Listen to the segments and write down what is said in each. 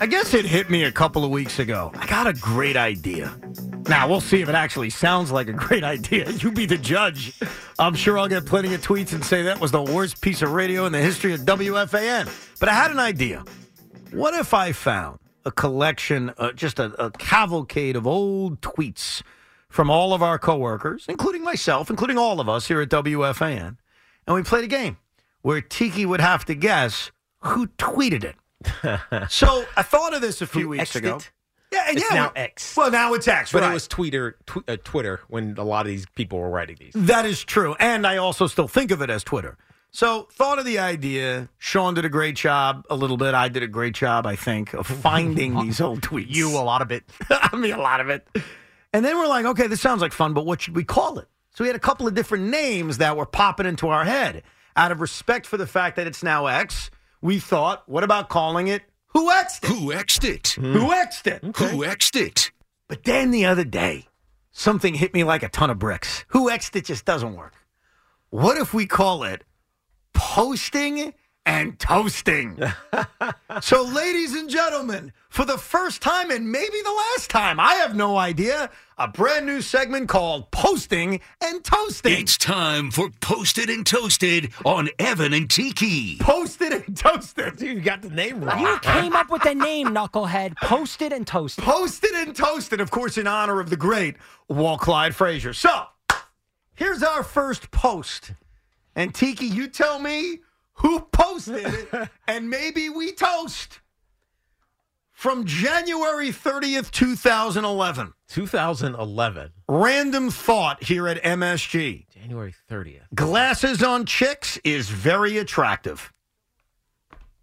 I guess it hit me a couple of weeks ago. I got a great idea. Now, we'll see if it actually sounds like a great idea. You be the judge. I'm sure I'll get plenty of tweets and say that was the worst piece of radio in the history of WFAN. But I had an idea. What if I found a collection, uh, just a, a cavalcade of old tweets from all of our coworkers, including myself, including all of us here at WFAN, and we played a game where Tiki would have to guess who tweeted it. so I thought of this a few Who weeks X'd ago. it? Yeah, and It's yeah, now we- X. Well, now it's X, But right? it was Twitter, tw- uh, Twitter when a lot of these people were writing these. That is true. And I also still think of it as Twitter. So, thought of the idea. Sean did a great job a little bit. I did a great job, I think, of finding these old tweets. You, a lot of it. I mean, a lot of it. And then we're like, okay, this sounds like fun, but what should we call it? So, we had a couple of different names that were popping into our head. Out of respect for the fact that it's now X, we thought, what about calling it Who X'd It? Who X'd it? Who X'd It? Who X'd it? But then the other day, something hit me like a ton of bricks. Who X'd it just doesn't work. What if we call it posting and toasting? so, ladies and gentlemen, for the first time and maybe the last time, I have no idea, a brand new segment called Posting and Toasting. It's time for Posted and Toasted on Evan and Tiki. Posted and Toasted. You got the name wrong. You came up with the name, knucklehead. Posted and toasted. Posted and Toasted, of course, in honor of the great Walt Clyde Frazier. So, here's our first post. And Tiki, you tell me who posted it, and maybe we toast. From January 30th, 2011. 2011, Random thought here at MSG. January 30th. Glasses on chicks is very attractive.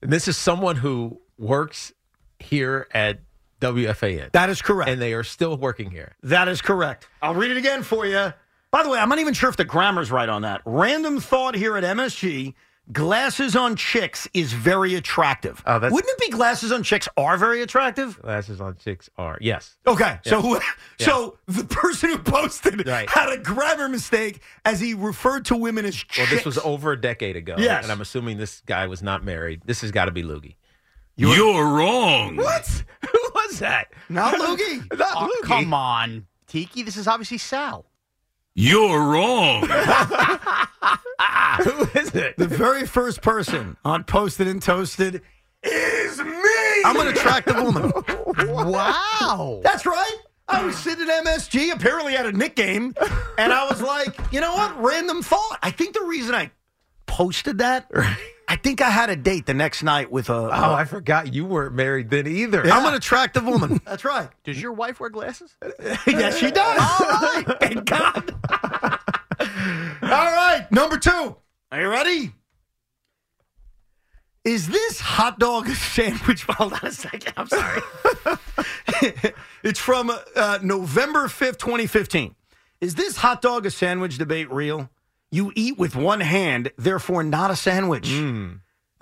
And this is someone who works here at WFAN, That is correct. and they are still working here. That is correct. I'll read it again for you. By the way, I'm not even sure if the grammar's right on that. Random thought here at MSG glasses on chicks is very attractive. Oh, that's- Wouldn't it be glasses on chicks are very attractive? Glasses on chicks are yes. Okay, so who, so the person who posted Right. had a grammar mistake as he referred to women as chicks. Well, this was over a decade ago, Yes. and I'm assuming this guy was not married. This has got to be Loogie. You're, wrong. What? Who was that? Not Loogie. Not Oh, Loogie. come on, Tiki. This is obviously Sal. You're wrong. Who is it? the very first person on Posted and Toasted is me. I'm an attractive woman. Wow. That's right. I was sitting at MSG, apparently at a Nick game, and I was like, you know what? Random thought. I think the reason I posted that, I think I had a date the next night with a. Oh, I forgot you weren't married then either. am an attractive woman. That's right. Does your wife wear glasses? yes, she does. All right. Thank God. All right. Number two. Are you ready? Is this hot dog sandwich? Hold on a second. I'm sorry. it's from uh, November 5th, 2015. Is this hot dog a sandwich debate real? You eat with one hand, therefore not a sandwich.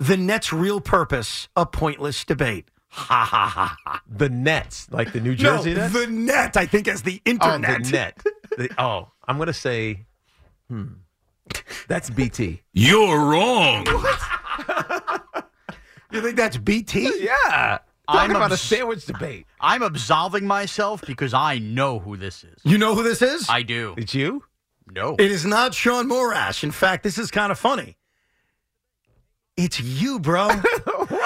The net's real purpose, a pointless debate. Ha ha ha. The Nets, like the New Jersey no, Nets. the net, I think, as the oh, internet. the net. The- oh, I'm gonna say, hmm, that's BT. You're wrong. You think that's BT? yeah, talking I'm about a obs- sandwich debate. I'm absolving myself because I know who this is. You know who this is? I do. Did you? No. it is not Sean Morash. In fact, this is kind of funny. It's you, bro. You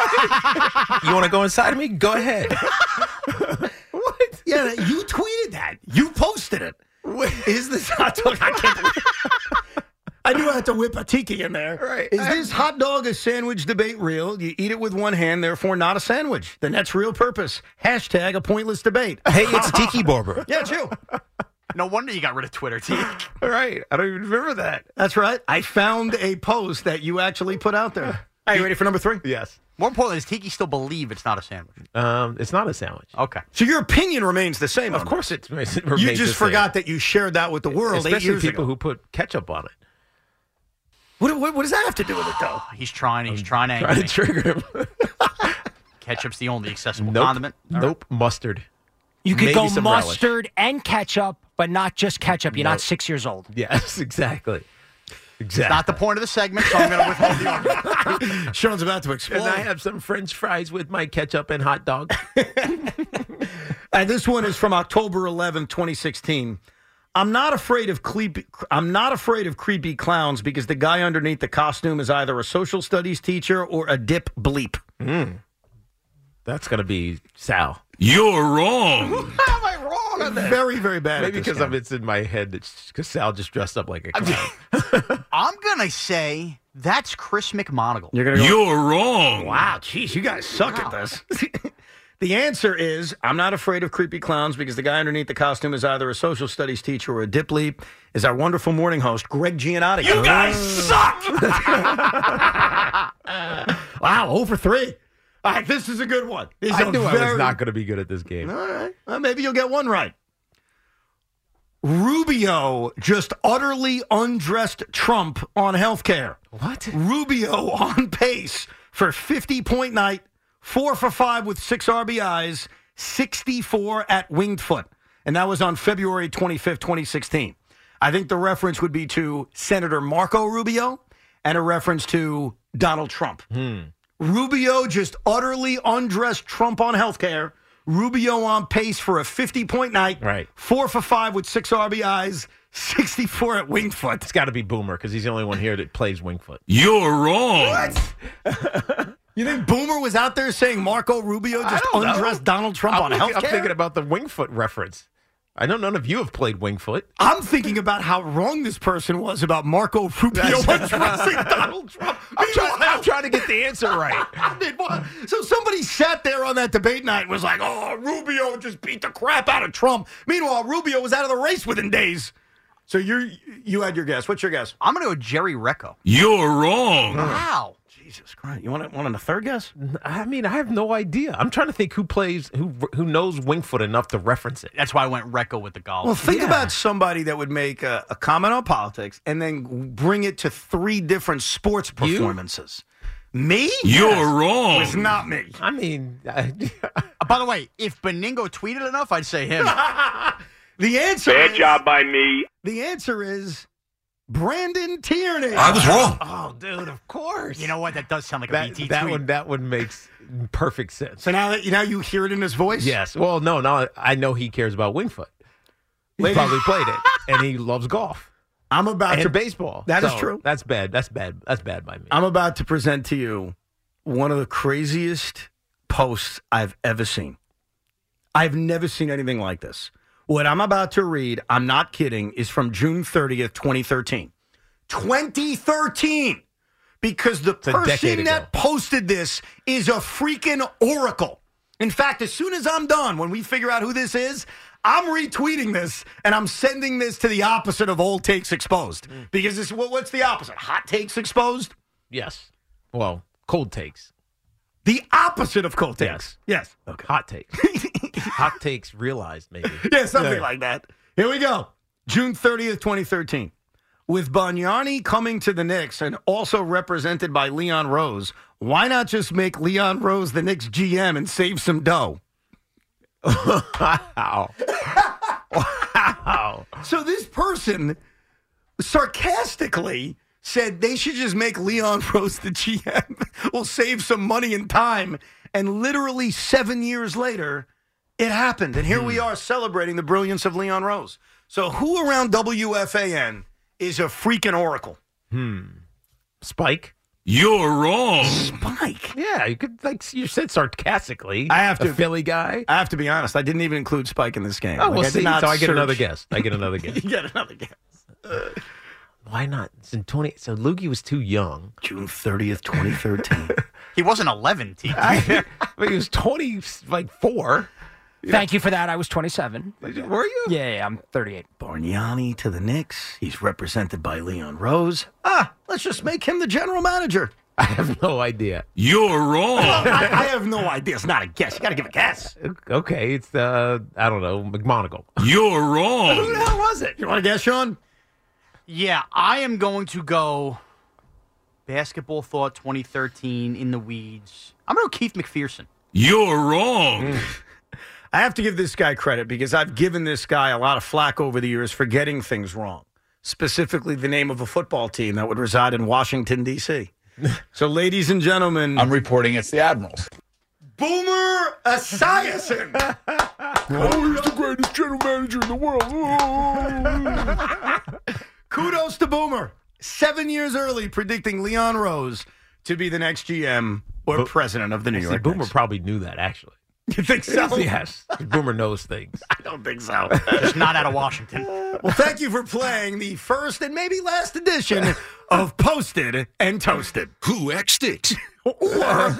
want to go inside of me? Go ahead. what? yeah, you tweeted that. You posted it. Is this hot dog? I can't believe I knew I had to whip a tiki in there. Right. Is this hot dog a sandwich debate real? You eat it with one hand, therefore not a sandwich. Then that's real purpose. Hashtag a pointless debate. Hey, it's Tiki Barber. Yeah, it's you. No wonder you got rid of Twitter, Tiki. All right, I don't even remember that. That's right. I found a post that you actually put out there. Are you ready for number three? Yes. More importantly, does Tiki still believe it's not a sandwich? Um, it's not a sandwich. Okay. So your opinion remains the same. Of on course, it's, it's that. you just forgot that you shared that with the world eight especially years people ago. who put ketchup on it. what, what, what does that have to do with it, though? He's trying. He's trying to anger Um, Trying to me. trigger him. Ketchup's the only accessible nope. condiment. All Nope. Mustard. You could Maybe go some relish. mustard and ketchup, but not just ketchup. You're not six years old. Yes, exactly. Exactly. Not the point of the segment, so I'm going to withhold the argument. Sean's about to explode. Can I have some French fries with my ketchup and hot dog? And this one is from October 11, 2016. I'm not afraid of creepy. I'm not afraid of creepy clowns because the guy underneath the costume is either a social studies teacher or a dip bleep. That's gonna be Sal. You're wrong. How am I wrong on that? Very, very bad. Maybe because of it. it's in my head. Because Sal just dressed up like a clown. I'm going to say that's Chris McMonagle. You're gonna go. You're wrong. wow, jeez, you guys suck at this. the answer is I'm not afraid of creepy clowns because the guy underneath the costume is either a social studies teacher or a dip bleep. Is our wonderful morning host Greg Giannotti? Mm. You guys suck. Wow, over three. All right, this is a good one. This is I a knew I was very- not going to be good at this game. All right. Well, maybe you'll get one right. Rubio just utterly undressed Trump on healthcare. What? Rubio on pace for 50 point night, four for five with six RBIs, 64 at winged foot. And that was on February 25th, 2016. I think the reference would be to Senator Marco Rubio and a reference to Donald Trump. Hmm. Rubio just utterly undressed Trump on healthcare. Rubio on pace for a 50 point night. Right. Four for five with six RBIs, 64 at winged foot. It's got to be Boomer because he's the only one here that plays Wingfoot. You're wrong. You think Boomer was out there saying Marco Rubio just don't know. undressed Donald Trump I'm, on looking- healthcare? I'm thinking about the Wingfoot reference. I know none of you have played Wingfoot. I'm thinking about how wrong this person was about Marco Rubio undressing Donald Trump. I'm, try- I'm trying to get the answer right. I mean, what? So somebody sat there on that debate night and was like, "Oh, Rubio just beat the crap out of Trump." Meanwhile, Rubio was out of the race within days. So you you had your guess. What's your guess? I'm going to go Jerry Recco. You're wrong. Wow. Jesus Christ! You want want a third guess? I mean, I have no idea. I'm trying to think who plays who who knows Wingfoot enough to reference it. That's why I went Recco with the golf. Well, think about somebody that would make a, a comment on politics and then bring it to three different sports performances. Me? You're wrong. It's not me. I mean, I, Uh, By the way, if Beningo tweeted enough, I'd say him. The answer. Bad is, job by me. The answer is Brandon Tierney. I was wrong. oh, dude, of course. you know what? That does sound like a that BT that tweet. one that one makes perfect sense. so now that now you hear it in his voice. Yes. Well, no, no. I know he cares about Wingfoot. He Ladies- probably played it, and he loves golf I'm about and to baseball. That is So true. That's bad. That's bad. That's bad by me. I'm about to present to you one of the craziest posts I've ever seen. I've never seen anything like this. What I'm about to read, I'm not kidding, is from June 30th, 2013. 2013! Because the a decade person ago. that posted this is a freaking oracle. In fact, as soon as I'm done, when we figure out who this is, I'm retweeting this and I'm sending this to the opposite of old takes exposed. Mm. Because this, what, what's the opposite? Hot takes exposed? yes. Well, cold takes, The opposite of cold takes. Yes. Yes. hot takes, hot takes realized maybe. Yeah, something like that. Here we go. June 30th, 2013. With Banyani coming to the Knicks and also represented by Leon Rose, why not just make Leon Rose the Knicks GM and save some dough? Wow. wow. So this person sarcastically said they should just make Leon Rose the GM. we'll save some money and time. And literally seven years later, it happened. And here we Hmm. are celebrating the brilliance of Leon Rose. So who around WFAN is a freaking oracle? Spike. You're wrong. Spike. Yeah, you could like you said sarcastically. I have a to- Philly guy. I have to be honest. I didn't even include Spike in this game. Oh, Like, we'll I did see. So not I get search- another guess. I get another guess. You get another guess. Why not? It's in twenty. So Loogie was too young. June 30th, 2013. He wasn't 11, T. but he was twenty, like four. Thank you for that. I was 27. Were you? Yeah, yeah, I'm 38. Bargnani to the Knicks. He's represented by Leon Rose. Ah, let's just make him the general manager. I have no idea. You're wrong. I, I have no idea. It's not a guess. You got to give a guess. Okay, it's uh, I don't know, McMonagle. You're wrong. hell was it? You want to guess, Sean? Yeah, I am going to go Basketball Thought 2013 in the weeds. I'm going to go Keith McPherson. You're wrong. I have to give this guy credit because I've given this guy a lot of flack over the years for getting things wrong. specifically the name of a football team that would reside in Washington, D.C. So, ladies and gentlemen, I'm reporting it's the Admirals. Boomer Esiason. Oh, he's the greatest general manager in the world. Kudos to Boomer. Seven years early, predicting Leon Rose to be the next GM or president of the New See, York Boomer Knicks. probably knew that actually. You think so? Yes, Boomer knows things. I don't think so. It's not out of Washington. well, thank you for playing the first and maybe last edition of Posted and Toasted. Who X'd it? Or-